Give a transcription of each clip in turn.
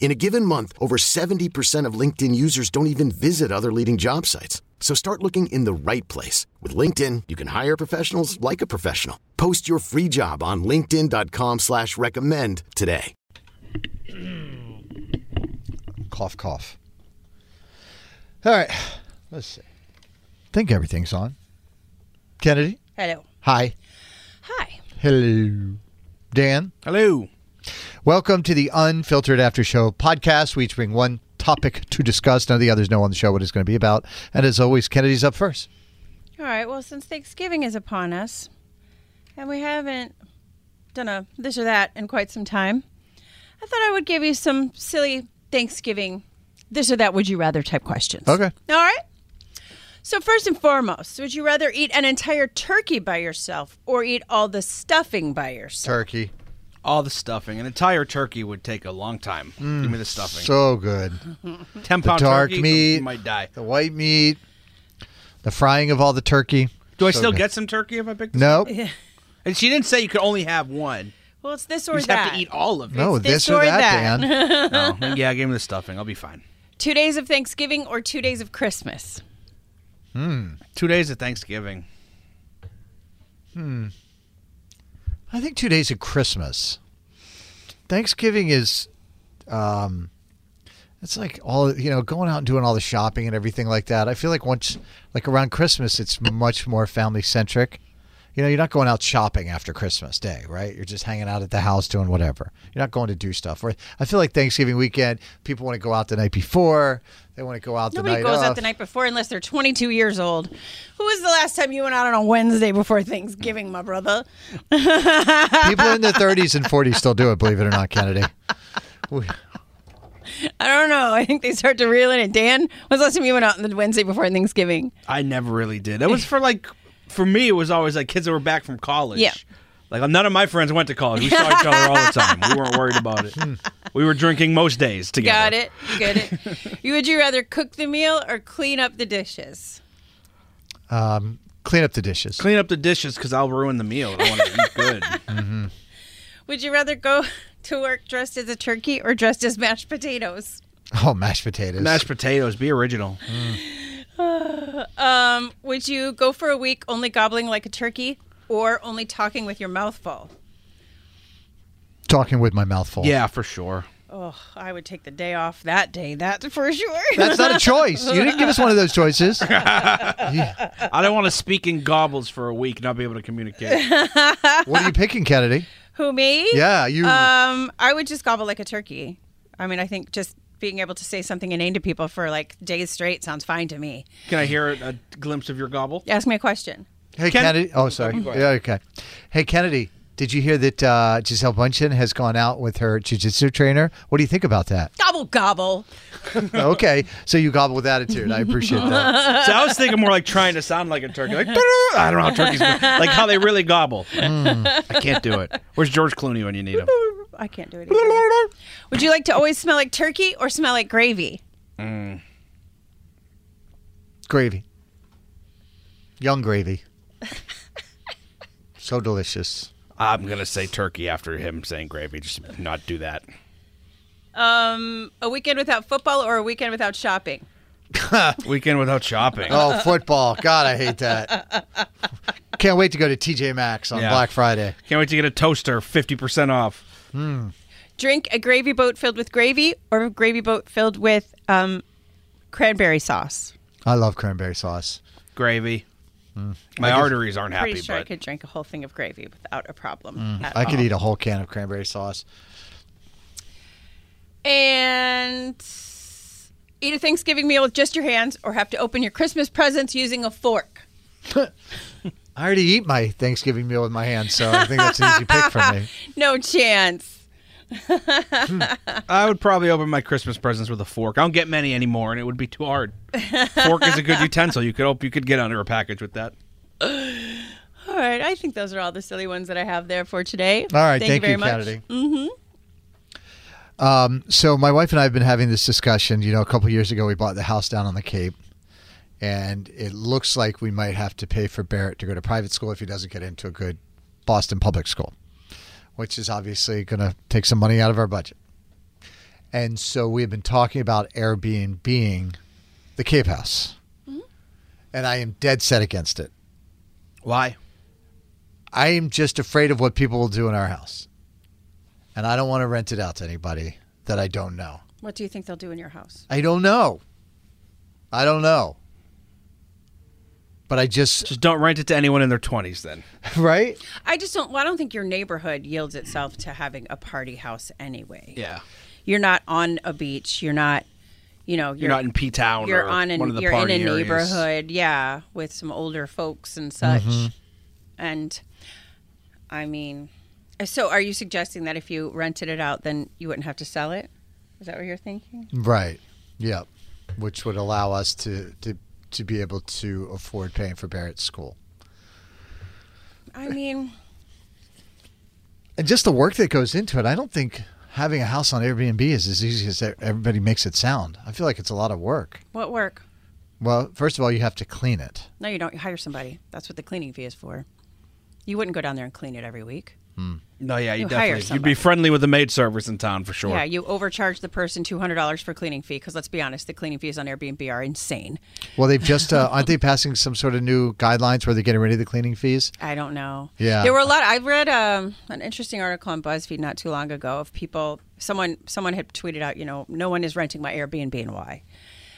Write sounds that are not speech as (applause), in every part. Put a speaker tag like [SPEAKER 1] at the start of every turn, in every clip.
[SPEAKER 1] In a given month, over 70% of LinkedIn users don't even visit other leading job sites. So start looking in the right place. With LinkedIn, you can hire professionals like a professional. Post your free job on linkedin.com slash recommend today.
[SPEAKER 2] Cough, cough. All right. Let's see. think everything's on. Kennedy?
[SPEAKER 3] Hello.
[SPEAKER 2] Hi.
[SPEAKER 3] Hi.
[SPEAKER 2] Hello. Dan?
[SPEAKER 4] Hello.
[SPEAKER 2] Welcome to the Unfiltered After Show podcast. We each bring one topic to discuss. None of the others know on the show what it's going to be about. And as always, Kennedy's up first.
[SPEAKER 3] All right. Well, since Thanksgiving is upon us, and we haven't done a this or that in quite some time, I thought I would give you some silly Thanksgiving this or that would you rather type questions.
[SPEAKER 2] Okay.
[SPEAKER 3] All right. So, first and foremost, would you rather eat an entire turkey by yourself or eat all the stuffing by yourself?
[SPEAKER 2] Turkey.
[SPEAKER 4] All the stuffing. An entire turkey would take a long time. Give me the stuffing.
[SPEAKER 2] Mm. So good.
[SPEAKER 4] Ten
[SPEAKER 2] The
[SPEAKER 4] pound
[SPEAKER 2] dark
[SPEAKER 4] turkey,
[SPEAKER 2] meat.
[SPEAKER 4] You might die.
[SPEAKER 2] The white meat. The frying of all the turkey.
[SPEAKER 4] Do I
[SPEAKER 2] So
[SPEAKER 4] still
[SPEAKER 2] good.
[SPEAKER 4] get some turkey if I pick?
[SPEAKER 2] (laughs)
[SPEAKER 4] This?
[SPEAKER 2] Nope.
[SPEAKER 4] And she didn't say you could only have one.
[SPEAKER 3] Well, it's this
[SPEAKER 4] You
[SPEAKER 3] or
[SPEAKER 4] just
[SPEAKER 3] that.
[SPEAKER 4] have to eat all of it.
[SPEAKER 2] No,
[SPEAKER 3] this
[SPEAKER 2] this, or
[SPEAKER 3] or
[SPEAKER 2] that,
[SPEAKER 3] that.
[SPEAKER 2] Dan.
[SPEAKER 4] No. yeah, give me the stuffing. I'll be fine.
[SPEAKER 3] two days of Thanksgiving or two days of Christmas?
[SPEAKER 4] Two days of Thanksgiving.
[SPEAKER 2] I think two days of Christmas. Thanksgiving is, um, it's like all you know, going out and doing all the shopping and everything like that. I feel like once, like around Christmas, it's much more family centric. You know, you're not going out shopping after Christmas Day, right? You're just hanging out at the house doing whatever. You're not going to do stuff. Where I feel like Thanksgiving weekend, people want to go out the night before. They want to go out
[SPEAKER 3] Nobody
[SPEAKER 2] the night
[SPEAKER 3] goes out
[SPEAKER 2] of.
[SPEAKER 3] the night before unless they're 22 years old. Who was the last time you went out on a Wednesday before Thanksgiving, my brother?
[SPEAKER 2] people in their 30s and 40s still do it, believe it or not, Kennedy. We-
[SPEAKER 3] I don't know. (laughs) I think they start to reel in it. Dan, when's the last time you went out on the Wednesday before Thanksgiving?
[SPEAKER 4] I never really did. It was for like, for me, it was always like kids that were back from college.
[SPEAKER 3] Yeah.
[SPEAKER 4] Like none of my friends went to college. We saw each other
[SPEAKER 3] (laughs)
[SPEAKER 4] all the time. We weren't worried about it.
[SPEAKER 2] Hmm.
[SPEAKER 4] we were drinking most days together.
[SPEAKER 3] Got it. You Got it. (laughs) you, would you rather cook the meal or clean up the dishes?
[SPEAKER 2] um, clean up the dishes.
[SPEAKER 4] Clean up the dishes because I'll ruin the meal. I want to eat
[SPEAKER 2] (laughs)
[SPEAKER 4] good.
[SPEAKER 3] Would you rather go (laughs) to work dressed as a turkey or dressed as mashed potatoes?
[SPEAKER 2] Oh, mashed potatoes.
[SPEAKER 4] Mashed potatoes. Be original.
[SPEAKER 3] Um, would you go for a week only gobbling like a turkey or only talking with your mouth full?
[SPEAKER 2] talking with my mouth full.
[SPEAKER 4] Yeah, for sure.
[SPEAKER 3] Oh, I would take the day off that day. That's for sure. (laughs)
[SPEAKER 2] That's not a choice. You didn't give us one of those
[SPEAKER 4] (laughs)
[SPEAKER 2] choices. Yeah.
[SPEAKER 4] I don't want to speak in gobbles for a week and not be able to communicate.
[SPEAKER 2] What are you picking, Kennedy?
[SPEAKER 3] Who me?
[SPEAKER 2] Yeah, you.
[SPEAKER 3] Um, I would just gobble like a turkey. I mean, I think just being able to say something inane to people for like days straight sounds fine to me.
[SPEAKER 4] Can I hear a glimpse of your gobble?
[SPEAKER 3] Ask me a question.
[SPEAKER 2] hey,
[SPEAKER 4] Ken-
[SPEAKER 2] Kennedy. Oh, sorry. Yeah, okay. Hey, Kennedy. Did you hear that uh, Giselle Bundchen has gone out with her jiu-jitsu trainer? What do you think about
[SPEAKER 4] (laughs)
[SPEAKER 2] that?
[SPEAKER 3] Gobble gobble.
[SPEAKER 2] okay, so you gobble with attitude. I appreciate
[SPEAKER 4] (laughs)
[SPEAKER 2] that.
[SPEAKER 4] So I was thinking more like trying to sound like a turkey. Like, "Doo-doo-doo." I don't know how turkeys go. Like how they really gobble. I can't do it. Where's George Clooney when you need (laughs) him?
[SPEAKER 3] I can't do it. Either. Would you like to always smell like turkey or smell like gravy?
[SPEAKER 2] Gravy. Young gravy. So delicious.
[SPEAKER 4] I'm going to say turkey after him saying gravy. Just not do that.
[SPEAKER 3] Um, a weekend without football or a weekend without shopping?
[SPEAKER 4] (laughs) Weekend without shopping. (laughs)
[SPEAKER 2] Oh, football. God, I hate that. Can't wait to go to TJ Maxx on
[SPEAKER 4] Yeah.
[SPEAKER 2] Black Friday.
[SPEAKER 4] Can't wait to get a toaster 50% off.
[SPEAKER 3] Drink a gravy boat filled with gravy or a gravy boat filled with um, cranberry sauce?
[SPEAKER 2] I love cranberry sauce.
[SPEAKER 4] Gravy. My arteries aren't happy,
[SPEAKER 3] Pretty sure I
[SPEAKER 4] but
[SPEAKER 3] could drink a whole thing of gravy without a problem. at
[SPEAKER 2] Mm. I could
[SPEAKER 3] all.
[SPEAKER 2] eat a whole can of cranberry sauce.
[SPEAKER 3] And eat a Thanksgiving meal with just your hands or have to open your Christmas presents using a fork.
[SPEAKER 2] I already eat my Thanksgiving meal with my hands, so I think that's an easy pick for me.
[SPEAKER 3] (laughs) No chance.
[SPEAKER 4] I would probably open my Christmas presents with a fork. I don't get many anymore, and it would be
[SPEAKER 3] (laughs)
[SPEAKER 4] too hard. fork is a good utensil. You could hope you could get under a package with that.
[SPEAKER 3] All right, I think those are all the silly ones that I have there for today.
[SPEAKER 2] All right,
[SPEAKER 3] thank, you very much. Mm-hmm.
[SPEAKER 2] Kennedy. Mm-hmm. Um, so my wife and I have been having this discussion. You know, a couple years ago, we bought the house down on the Cape, and it looks like we might have to pay for Barrett to go to private school if he doesn't get into a good Boston public school, which is obviously going to take some money out of our budget. And so we've been talking about Airbnb the Cape House,
[SPEAKER 3] Mm-hmm.
[SPEAKER 2] and I am dead set against it.
[SPEAKER 4] Why?
[SPEAKER 2] I am just afraid of what people will do in our house. And I don't want to rent it out to anybody that I don't know.
[SPEAKER 3] What do you think they'll do in your house?
[SPEAKER 2] I don't know. I don't know. But I
[SPEAKER 4] (laughs)
[SPEAKER 2] just,
[SPEAKER 4] Just don't rent it to anyone in their twenties. Then
[SPEAKER 2] right?
[SPEAKER 3] I just don't. Well, I don't think your neighborhood yields itself to having a party house anyway.
[SPEAKER 4] yeah,
[SPEAKER 3] You're not on a beach. You're not. You know. You're,
[SPEAKER 4] you're not in P Town.
[SPEAKER 3] You're
[SPEAKER 4] or
[SPEAKER 3] on an.
[SPEAKER 4] one of the
[SPEAKER 3] you're in
[SPEAKER 4] party
[SPEAKER 3] a
[SPEAKER 4] areas.
[SPEAKER 3] neighborhood. Yeah, with some older folks and such.
[SPEAKER 4] Mm-hmm.
[SPEAKER 3] And, I mean, so are you suggesting that if you rented it out, then you wouldn't have to sell it? Is that what you're thinking?
[SPEAKER 2] Right. Yeah. Which would allow us to, to, to be able to afford paying for Barrett's school.
[SPEAKER 4] Uh,
[SPEAKER 3] I mean,
[SPEAKER 2] And just the work that goes into it, I don't think having a house on Airbnb is as easy as everybody makes it sound. I feel like it's a lot of work.
[SPEAKER 3] what work?
[SPEAKER 2] Well, first of all, you have to clean it.
[SPEAKER 3] No, you don't. You hire somebody. That's what the cleaning fee is for. You wouldn't go down there and clean it every week.
[SPEAKER 4] No, yeah, you,
[SPEAKER 3] You hire
[SPEAKER 4] definitely. You'd be
[SPEAKER 3] somebody.
[SPEAKER 4] friendly with the maid servers in town for sure.
[SPEAKER 3] Yeah, you overcharge the person two hundred dollars for cleaning fee because let's be honest, the cleaning fees on Airbnb are insane.
[SPEAKER 2] Well, they've just uh, aren't they passing some sort of new guidelines where they're getting rid of the cleaning fees?
[SPEAKER 3] I don't know.
[SPEAKER 2] Yeah.
[SPEAKER 3] there were a lot. I read um, an interesting article on BuzzFeed not too long ago of people. Someone someone had tweeted out, you know, no one is renting my Airbnb and why.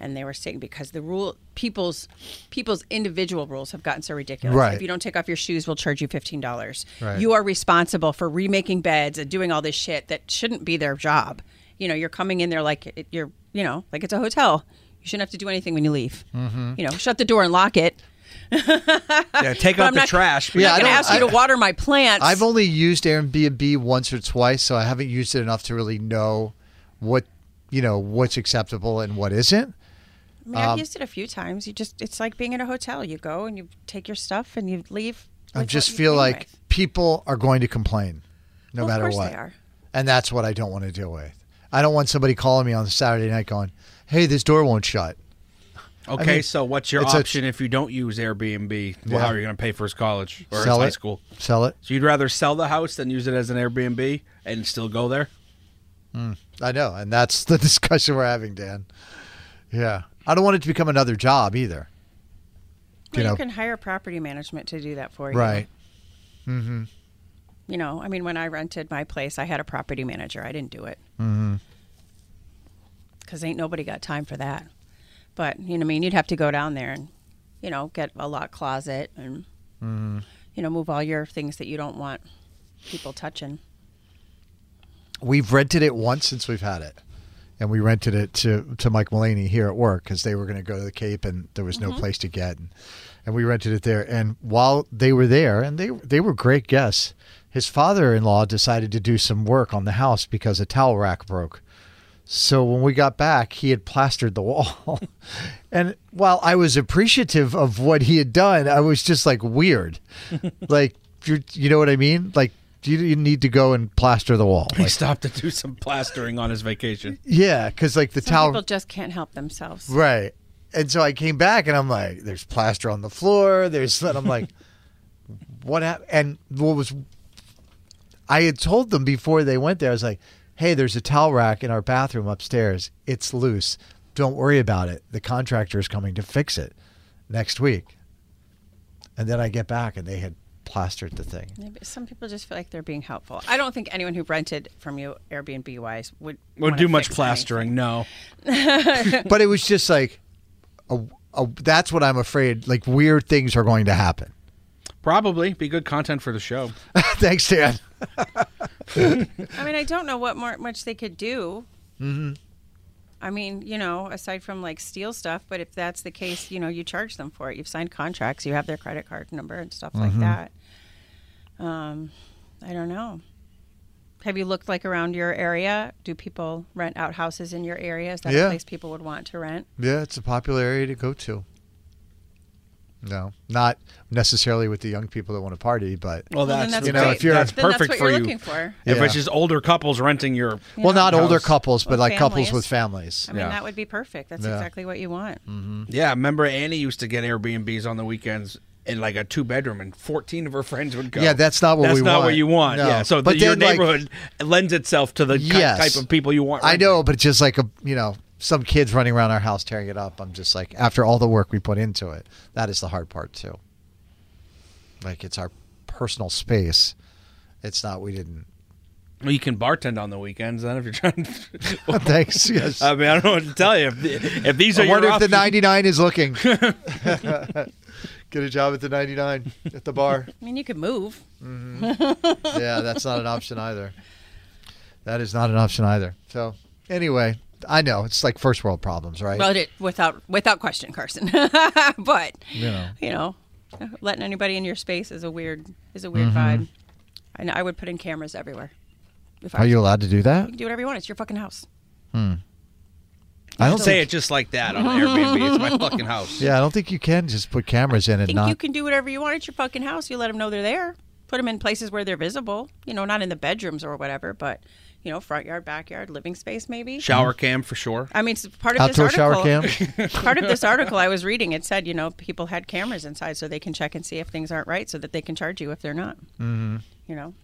[SPEAKER 3] And they were saying because the rule people's people's individual rules have gotten so ridiculous.
[SPEAKER 2] Right.
[SPEAKER 3] If you don't take off your shoes, we'll charge you fifteen dollars.
[SPEAKER 2] Right.
[SPEAKER 3] You are responsible for remaking beds and doing all this shit that shouldn't be their job. You know, you're coming in there like it, you're, you know, like it's a hotel. You shouldn't have to do anything when you leave.
[SPEAKER 2] Mm-hmm.
[SPEAKER 3] You know, shut the door and lock it. (laughs)
[SPEAKER 4] Yeah, take
[SPEAKER 3] But
[SPEAKER 4] out
[SPEAKER 3] I'm
[SPEAKER 4] the
[SPEAKER 3] not-
[SPEAKER 4] trash.
[SPEAKER 3] I'm
[SPEAKER 2] Yeah, I
[SPEAKER 3] not going to
[SPEAKER 2] don't-
[SPEAKER 3] ask you to water my plants.
[SPEAKER 2] I've only used Airbnb once or twice, so I haven't used it enough to really know what you know what's acceptable and what isn't.
[SPEAKER 3] I mean,
[SPEAKER 2] um,
[SPEAKER 3] I've used it a few times. You just, it's like being in a hotel. You go and you take your stuff and you leave.
[SPEAKER 2] I
[SPEAKER 3] with
[SPEAKER 2] just
[SPEAKER 3] what you
[SPEAKER 2] feel
[SPEAKER 3] came
[SPEAKER 2] like
[SPEAKER 3] with.
[SPEAKER 2] people are going to complain, no
[SPEAKER 3] Well, of
[SPEAKER 2] matter
[SPEAKER 3] course
[SPEAKER 2] what,
[SPEAKER 3] they are.
[SPEAKER 2] and that's what I don't want to deal with. I don't want somebody calling me on Saturday night going, "Hey, this door won't shut."
[SPEAKER 4] Okay,
[SPEAKER 2] mean,
[SPEAKER 4] so what's your
[SPEAKER 2] it's a-
[SPEAKER 4] option if you don't use Airbnb? Well,
[SPEAKER 2] Yeah.
[SPEAKER 4] how are you going to pay for his college or
[SPEAKER 2] Sell
[SPEAKER 4] his high
[SPEAKER 2] it.
[SPEAKER 4] school?
[SPEAKER 2] Sell it.
[SPEAKER 4] So you'd rather sell the house than use it as an Airbnb and still go there?
[SPEAKER 2] I know, and that's (laughs) the discussion we're having, Dan. Yeah, I don't want it to become another job either. you
[SPEAKER 3] Well, you,
[SPEAKER 2] know.
[SPEAKER 3] can hire property management to do that for you.
[SPEAKER 2] Right.
[SPEAKER 3] You know, I mean, when I rented my place, I had a property manager. I didn't do it.
[SPEAKER 2] Mm-hmm.
[SPEAKER 3] Because ain't nobody got time for that. But, you know, what I mean, you'd have to go down there and, you know, get a lock closet and,
[SPEAKER 2] Mm-hmm.
[SPEAKER 3] you know, move all your things that you don't want people touching.
[SPEAKER 2] we've rented it once since we've had it and we rented it to, to mike mullaney here at work because they were going to go to the cape and there was no place to get and, and we rented it there and while they were there and they, they were great guests his father-in-law decided to do some work on the house because a towel rack broke so when we got back he had plastered the (laughs) wall and while i was appreciative of what he had done i was just like weird like you you know what i mean like you, you need to go and plaster the wall
[SPEAKER 4] He stopped to (laughs) do some plastering on his vacation.
[SPEAKER 2] yeah, because like the
[SPEAKER 3] Some
[SPEAKER 2] towel,
[SPEAKER 3] people just can't help themselves.
[SPEAKER 2] right? And so I came back and I'm like, "There's plaster on the floor." There's, and I'm like, (laughs) "What happened?" And what was, I had told them before they went there. I was like, "Hey, there's a towel rack in our bathroom upstairs. It's loose. Don't worry about it. The contractor is coming to fix it next week." And then I get back and they had plastered the thing.
[SPEAKER 3] Maybe some people just feel like they're being helpful. I don't think anyone who rented from you Airbnb wise would
[SPEAKER 4] Would
[SPEAKER 3] wanna
[SPEAKER 4] do much
[SPEAKER 3] fix
[SPEAKER 4] plastering. No.
[SPEAKER 2] but it was just like a, uh, that's what I'm afraid. Like weird things are going to happen. (laughs)
[SPEAKER 4] Probably be good content for the show.
[SPEAKER 2] Thanks, Dan.
[SPEAKER 3] I mean, I don't know what more much they could do. I mean, you know, aside from like steal stuff, but if that's the case, you know, you charge them for it. You've signed contracts, you have their credit card number and stuff like that. Um, I don't know. Have you looked like around your area? Do people rent out houses in your area? Is that
[SPEAKER 2] Yeah.
[SPEAKER 3] a place people would want to rent?
[SPEAKER 2] Yeah, it's a popular area to go to. No, not necessarily with the young people that want to party, but
[SPEAKER 3] Well,
[SPEAKER 4] Well,
[SPEAKER 3] then
[SPEAKER 4] that's,
[SPEAKER 3] that's
[SPEAKER 4] you know
[SPEAKER 3] great.
[SPEAKER 4] if you're
[SPEAKER 2] That's
[SPEAKER 4] that's
[SPEAKER 3] Then
[SPEAKER 4] perfect
[SPEAKER 3] that's what
[SPEAKER 4] for
[SPEAKER 3] you're
[SPEAKER 4] you.
[SPEAKER 3] looking for.
[SPEAKER 4] If
[SPEAKER 2] Yeah.
[SPEAKER 4] it's just older couples renting your
[SPEAKER 3] you
[SPEAKER 2] well,
[SPEAKER 3] know?
[SPEAKER 2] not older couples, but
[SPEAKER 3] Or
[SPEAKER 2] like couples
[SPEAKER 3] families.
[SPEAKER 2] with families.
[SPEAKER 3] I mean,
[SPEAKER 4] Yeah.
[SPEAKER 3] that would be perfect. That's
[SPEAKER 2] Yeah. Hmm.
[SPEAKER 3] exactly what you want.
[SPEAKER 4] Yeah, remember Annie used to get Airbnbs on the weekends in like a two bedroom, and fourteen of her friends would go.
[SPEAKER 2] Yeah, that's not what
[SPEAKER 4] that's
[SPEAKER 2] we
[SPEAKER 4] not
[SPEAKER 2] want.
[SPEAKER 4] what you want.
[SPEAKER 2] No.
[SPEAKER 4] Yeah, so
[SPEAKER 2] But
[SPEAKER 4] the, your
[SPEAKER 2] then, like-
[SPEAKER 4] neighborhood lends itself to the ki-
[SPEAKER 2] Yes.
[SPEAKER 4] type of people you want.
[SPEAKER 2] I
[SPEAKER 4] renting.
[SPEAKER 2] know, but just like a you know some kids running around our house tearing it up. I'm just like after all the work we put into it, that is the hard part too. Like it's our personal space. It's not we didn't. (laughs)
[SPEAKER 4] Well, you can bartend on the weekends then if you're trying. To, (laughs)
[SPEAKER 2] Thanks. Yes.
[SPEAKER 4] I mean, I don't know what to tell you. If, if these are
[SPEAKER 2] I wonder
[SPEAKER 4] your
[SPEAKER 2] if the
[SPEAKER 4] options,
[SPEAKER 2] 99 is
[SPEAKER 4] (laughs)
[SPEAKER 2] looking. (laughs) Get a job at the 99 at the bar.
[SPEAKER 3] I mean, you could move.
[SPEAKER 2] yeah, that's not an option either. That is not an option either. So, anyway, I know it's like first world problems, right?
[SPEAKER 3] Well, it without without question, Carson. (laughs) but
[SPEAKER 2] you know,
[SPEAKER 3] you know, letting anybody in your space is a weird is a weird
[SPEAKER 2] Mm-hmm.
[SPEAKER 3] vibe. And I would put in cameras everywhere. If
[SPEAKER 2] are you allowed to do that?
[SPEAKER 3] You can do whatever you want. It's your fucking house.
[SPEAKER 2] I
[SPEAKER 4] don't say it just like that on Airbnb. It's my fucking
[SPEAKER 2] (laughs)
[SPEAKER 4] house.
[SPEAKER 2] Yeah, I don't think you can just put cameras in and
[SPEAKER 3] think
[SPEAKER 2] not.
[SPEAKER 3] you can do whatever you want. It's your fucking house. You let them know they're there. Put them in places where they're visible. You know, not in the bedrooms or whatever, but you know, front yard, backyard, living space, maybe.
[SPEAKER 4] Shower cam for sure.
[SPEAKER 3] I mean, it's part of
[SPEAKER 2] Outdoor
[SPEAKER 3] this
[SPEAKER 2] shower
[SPEAKER 3] article.
[SPEAKER 2] cam.
[SPEAKER 3] (laughs)
[SPEAKER 2] (laughs)
[SPEAKER 3] part of this article I was reading, it said, you know, people had cameras inside so they can check and see if things aren't right so that they can charge you if they're not. Mm-hmm. You know?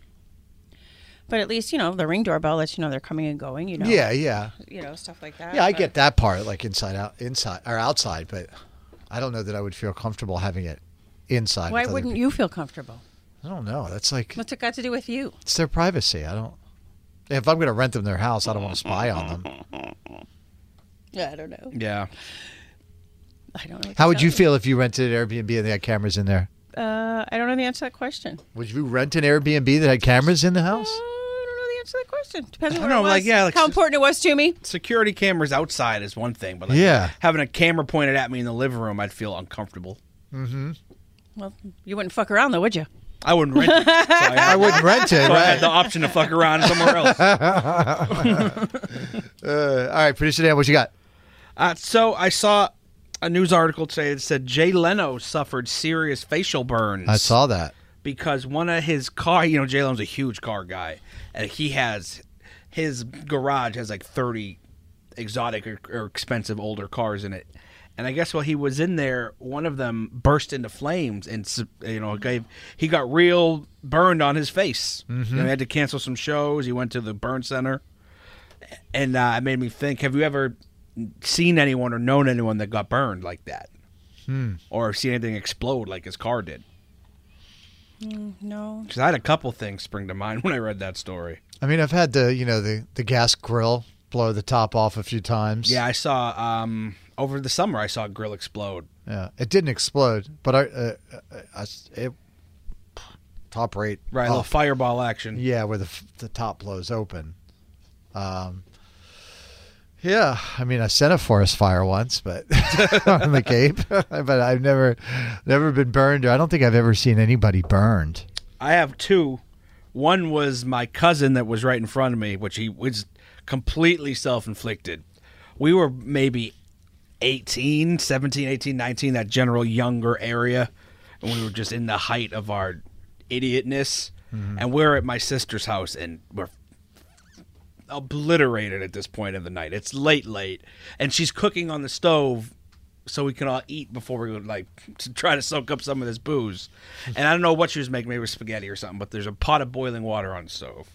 [SPEAKER 3] But at least, you know, the ring doorbell lets you know they're coming and going, you know?
[SPEAKER 2] yeah, yeah,
[SPEAKER 3] You know, stuff like that.
[SPEAKER 2] yeah. I
[SPEAKER 3] but-
[SPEAKER 2] get that part, like inside out, inside or outside, but I don't know that I would feel comfortable having it inside.
[SPEAKER 3] Why
[SPEAKER 2] with other
[SPEAKER 3] wouldn't
[SPEAKER 2] peop-
[SPEAKER 3] you feel comfortable?
[SPEAKER 2] I don't know. That's like
[SPEAKER 3] What's it got to do with you?
[SPEAKER 2] it's their privacy. I don't. If I'm going to rent them their house, I don't want to spy on them.
[SPEAKER 3] Yeah, I don't know.
[SPEAKER 4] Yeah,
[SPEAKER 3] I don't know. what to
[SPEAKER 2] How would
[SPEAKER 3] tell
[SPEAKER 2] you feel if you rented an Airbnb and they had cameras in there?
[SPEAKER 3] Uh, I don't know the answer to that question.
[SPEAKER 2] Would you rent an Airbnb that had cameras in the house?
[SPEAKER 3] Uh, I don't know the answer to that question. Depends on
[SPEAKER 4] I
[SPEAKER 3] what
[SPEAKER 4] don't
[SPEAKER 3] it
[SPEAKER 4] know,
[SPEAKER 3] was,
[SPEAKER 4] like, yeah, like,
[SPEAKER 3] how
[SPEAKER 4] s-
[SPEAKER 3] important it was to me.
[SPEAKER 4] security cameras outside is one thing, but like
[SPEAKER 2] Yeah.
[SPEAKER 4] having a camera pointed at me in the living room, I'd feel uncomfortable.
[SPEAKER 3] Well, you wouldn't fuck around though, would you?
[SPEAKER 4] I wouldn't rent
[SPEAKER 2] (laughs)
[SPEAKER 4] it. So I,
[SPEAKER 2] I wouldn't rent (laughs) it,
[SPEAKER 4] So I had
[SPEAKER 2] right?
[SPEAKER 4] the option to fuck around somewhere else.
[SPEAKER 2] (laughs) Uh, all right, producer Dan, what you got?
[SPEAKER 4] Uh, so I saw a news article today that said Jay Leno suffered serious facial burns.
[SPEAKER 2] I saw that.
[SPEAKER 4] because one of his car, you know, Jay Leno's a huge car guy, and he has his garage has like thirty exotic or, or expensive older cars in it. And I guess while he was in there, one of them burst into flames, and s- you know, gave he got real burned on his face. You know, he had to cancel some shows. He went to the burn center, and uh, it made me think: Have you ever seen anyone or known anyone that got burned like that, or seen anything explode like his car did?
[SPEAKER 3] No.
[SPEAKER 4] Because I had a couple things spring to mind (laughs) when I read that story.
[SPEAKER 2] I mean, I've had the you know the the gas grill blow the top off a few times.
[SPEAKER 4] Yeah, I saw um, over the summer. I saw a grill explode.
[SPEAKER 2] yeah. It didn't explode, but I, uh, uh, I s- it top rate.
[SPEAKER 4] Right, a
[SPEAKER 2] Oh,
[SPEAKER 4] little fireball action.
[SPEAKER 2] yeah, where the f- the top blows open. Um. Yeah, I mean, I sent a forest fire once, but (laughs) on the Cape, (laughs) but I've never, never been burned, or I don't think I've ever seen anybody burned.
[SPEAKER 4] I have two. One was my cousin that was right in front of me, which he was completely self inflicted. We were maybe 18, 17, 18, 19, that general younger area. And we were just in the height of our idiotness.
[SPEAKER 2] Mm-hmm.
[SPEAKER 4] And we're at my sister's house and we're obliterated at this point of the night. It's late, late. And she's cooking on the stove so we can all eat before we would like (laughs) to try to soak up some of this booze. And I don't know what she was making, maybe it was spaghetti or something, but there's a pot of boiling water on the stove.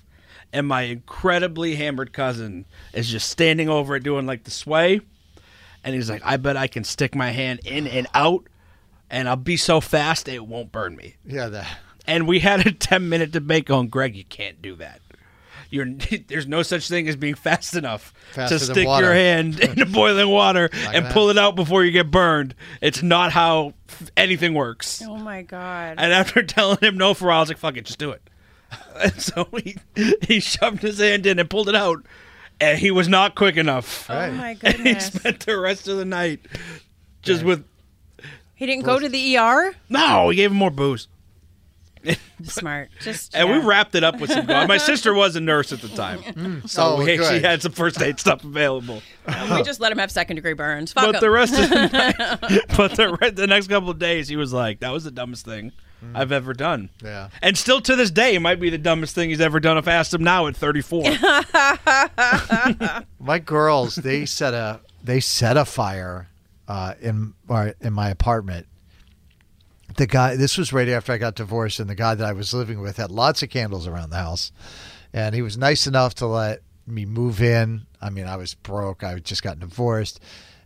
[SPEAKER 4] And my incredibly hammered cousin is just standing over it doing like the sway. And he's like, I bet I can stick my hand in and out and I'll be so fast it won't burn me.
[SPEAKER 2] Yeah, that.
[SPEAKER 4] (laughs) And we had a 10 minute debate going, Greg, you can't do that. You're (laughs) there's no such thing as being fast enough
[SPEAKER 2] Faster
[SPEAKER 4] to
[SPEAKER 2] than
[SPEAKER 4] stick
[SPEAKER 2] water.
[SPEAKER 4] your hand
[SPEAKER 2] (laughs)
[SPEAKER 4] (laughs) into boiling water and
[SPEAKER 2] gonna
[SPEAKER 4] pull it out before you get burned. It's not how f- anything works.
[SPEAKER 3] Oh my god.
[SPEAKER 4] And after (laughs) telling him no for a while, I was like, fuck it, just do it. (laughs) And so he (laughs) he shoved his hand in and pulled it out. And he was not quick enough.
[SPEAKER 3] oh my
[SPEAKER 4] (laughs) And he
[SPEAKER 3] goodness.
[SPEAKER 4] spent the rest of the night just with
[SPEAKER 3] he didn't go to the
[SPEAKER 4] E
[SPEAKER 3] ER?
[SPEAKER 4] no, he gave him more booze.
[SPEAKER 3] Smart. Just
[SPEAKER 4] And
[SPEAKER 3] yeah.
[SPEAKER 4] we wrapped it up with some gum. My sister was a nurse at
[SPEAKER 2] (laughs)
[SPEAKER 4] the time. So
[SPEAKER 2] Oh,
[SPEAKER 4] we actually
[SPEAKER 2] good.
[SPEAKER 4] had some first aid stuff available.
[SPEAKER 3] we just let him have second degree burns. Fuck
[SPEAKER 4] But the
[SPEAKER 3] 'em.
[SPEAKER 4] rest
[SPEAKER 3] (laughs)
[SPEAKER 4] of the night, (laughs) but the, re- the next couple of days, he was like, that was the dumbest thing I've ever done.
[SPEAKER 2] Mm. Yeah.
[SPEAKER 4] And still to this day, it might be the dumbest thing he's ever done if I asked him now at 34.
[SPEAKER 2] My girls, they set a they set a fire uh, in or in my apartment. The guy, this was right after I got divorced, and the guy that I was living with had lots of candles around the house, and he was nice enough to let me move in. I mean, I was broke; I had just gotten divorced,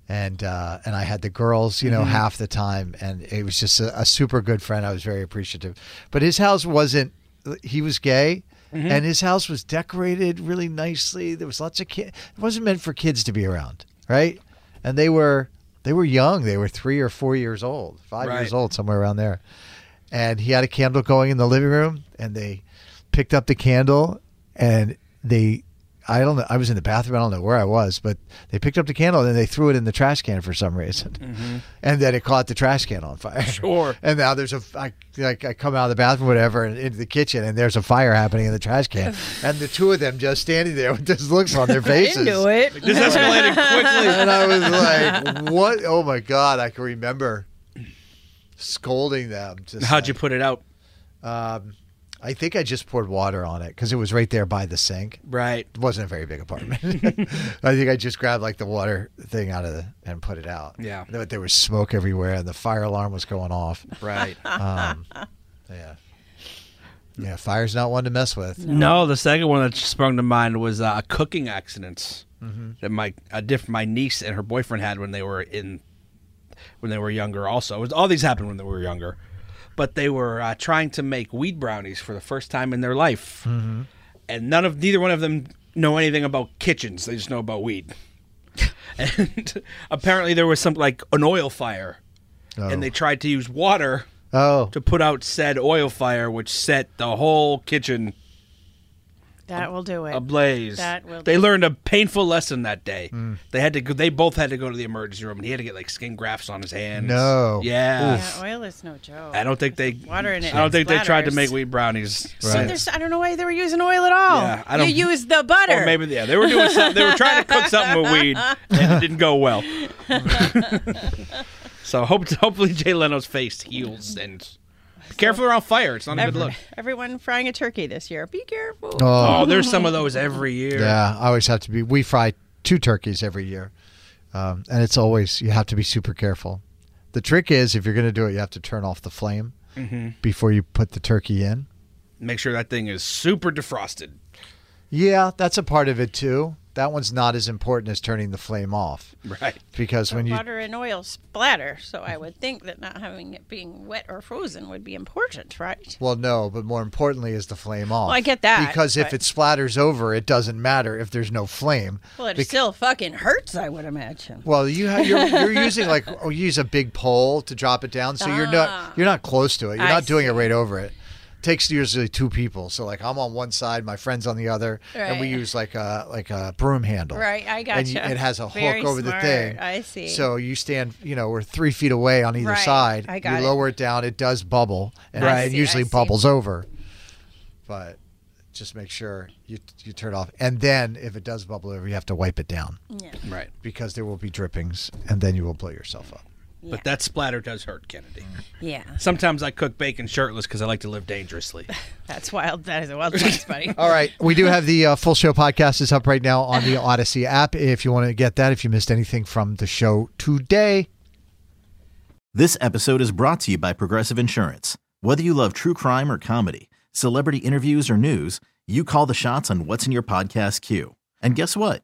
[SPEAKER 2] and uh, and I had the girls, you know, half the time, and it was just a, a super good friend. I was very appreciative, but his house wasn't. He was gay, and his house was decorated really nicely. There was lots of kids. It wasn't meant for kids to be around, right? And they were they were young. They were three or four years old, five
[SPEAKER 4] Right.
[SPEAKER 2] years old, somewhere around there. And he had a candle going in the living room, and they picked up the candle, and they. I don't know. I was in the bathroom. I don't know where I was, but they picked up the candle and then they threw it in the trash can for some reason,
[SPEAKER 3] Mm-hmm.
[SPEAKER 2] and then it caught the trash can on fire.
[SPEAKER 4] Sure.
[SPEAKER 2] (laughs) And now there's a I, like I come out of the bathroom, whatever, and into the kitchen, and there's a fire happening in the trash
[SPEAKER 3] (laughs)
[SPEAKER 2] can, and the two of them just standing there with this looks on their
[SPEAKER 3] I
[SPEAKER 2] faces.
[SPEAKER 3] didn't do it.
[SPEAKER 4] This escalated quickly.
[SPEAKER 2] (laughs) And I was like, "What? Oh my god!" I can remember scolding them. Just
[SPEAKER 4] How'd you put it out?
[SPEAKER 2] Um, I think I just poured water on it because it was right there by the sink.
[SPEAKER 4] Right.
[SPEAKER 2] It wasn't a very big apartment. (laughs) I think I just grabbed like the water thing out of the and put it out.
[SPEAKER 4] Yeah.
[SPEAKER 2] But there was smoke everywhere, and the fire alarm was going off.
[SPEAKER 4] Right.
[SPEAKER 2] Yeah. Yeah, fire's not one to mess with.
[SPEAKER 4] no, the second one that sprung to mind was uh, cooking accidents that my a diff- my niece and her boyfriend had when they were in when they were younger. Also, it was, all these happened when they were younger, but they were uh, trying to make weed brownies for the first time in their life, and none of neither one of them know anything about kitchens. They just know about weed. (laughs) and apparently, there was some like an oil fire, and they tried to use water
[SPEAKER 2] Oh,
[SPEAKER 4] to put out said oil fire, which set the whole kitchen
[SPEAKER 3] (laughs) That will do it.
[SPEAKER 4] ablaze.
[SPEAKER 3] That will
[SPEAKER 4] they
[SPEAKER 3] do.
[SPEAKER 4] learned a painful lesson that day.
[SPEAKER 2] Hmm.
[SPEAKER 4] They had to. Go, they both had to go to the emergency room, and he had to get like skin grafts on his hands.
[SPEAKER 2] No.
[SPEAKER 4] Yeah.
[SPEAKER 3] yeah, oil is no joke.
[SPEAKER 4] I don't think they.
[SPEAKER 3] Water in it
[SPEAKER 4] I don't think they tried to
[SPEAKER 3] splatters.
[SPEAKER 4] make wheat brownies.
[SPEAKER 2] Right.
[SPEAKER 4] since.
[SPEAKER 3] There's, I don't know why they were using oil at all.
[SPEAKER 4] Yeah, I don't-
[SPEAKER 3] you used the butter.
[SPEAKER 4] Or maybe yeah, they were doing something. They were trying to cook something with weed, and it didn't
[SPEAKER 3] (laughs)
[SPEAKER 4] go well. so hope, hopefully Jay Leno's face heals and. Be careful around fire. It's not a good
[SPEAKER 3] Every-
[SPEAKER 4] look.
[SPEAKER 3] everyone frying a turkey this year. Be careful.
[SPEAKER 4] Oh, there's some of those every year.
[SPEAKER 2] yeah. I always have to be. We fry two turkeys every year, um, and it's always you have to be super careful. The trick is if you're going to do it, you have to turn off the flame before you put the turkey in.
[SPEAKER 4] Make sure that thing is super defrosted.
[SPEAKER 2] Yeah, that's a part of it too. That one's not as important as turning the flame off
[SPEAKER 4] Right.
[SPEAKER 2] because when you
[SPEAKER 3] Butter and oil splatter. So I would think that not having it being wet or frozen would be important, right?
[SPEAKER 2] Well, no, but more importantly is the flame off.
[SPEAKER 3] I get that,
[SPEAKER 2] Because if
[SPEAKER 3] but-
[SPEAKER 2] it splatters over, it doesn't matter if there's no flame.
[SPEAKER 3] Well, it
[SPEAKER 2] Bec-
[SPEAKER 3] still fucking hurts, I would imagine.
[SPEAKER 2] Well, you have,
[SPEAKER 3] (laughs)
[SPEAKER 2] you're, you're using like oh, you use a big pole to drop it down, so you're not you're not close to it. You're
[SPEAKER 3] Ah. I
[SPEAKER 2] not doing it right over it. Takes usually two people, so like I'm on one side, my friend's on the other, and we
[SPEAKER 3] Right.
[SPEAKER 2] use like a like a broom handle.
[SPEAKER 3] Right, I
[SPEAKER 2] And you-
[SPEAKER 3] gotcha.
[SPEAKER 2] it has a
[SPEAKER 3] Very
[SPEAKER 2] hook over the
[SPEAKER 3] smart.
[SPEAKER 2] thing.
[SPEAKER 3] I see.
[SPEAKER 2] So you stand, you know, we're three feet away on either
[SPEAKER 3] Right,
[SPEAKER 2] side.
[SPEAKER 3] I got
[SPEAKER 2] you
[SPEAKER 3] it.
[SPEAKER 2] lower it down, it does bubble, and
[SPEAKER 3] I
[SPEAKER 2] it
[SPEAKER 3] see,
[SPEAKER 2] usually
[SPEAKER 3] I see.
[SPEAKER 2] bubbles over. But just make sure you you turn it off, and then if it does bubble over, you have to wipe it down
[SPEAKER 4] Right.
[SPEAKER 2] because there will be drippings, and then you will blow yourself up.
[SPEAKER 4] But that splatter does hurt, Kennedy.
[SPEAKER 3] Yeah,
[SPEAKER 4] Sometimes I cook bacon shirtless because I like to live dangerously.
[SPEAKER 3] that's wild. That is a wild place, buddy.
[SPEAKER 2] All right, we do have the uh, full show podcast is up right now on the Odyssey app. If you want to get that, if you missed anything from the show today,
[SPEAKER 5] This episode is brought to you by Progressive Insurance. Whether you love true crime or comedy, celebrity interviews or news, you call the shots on what's in your podcast queue. And guess what?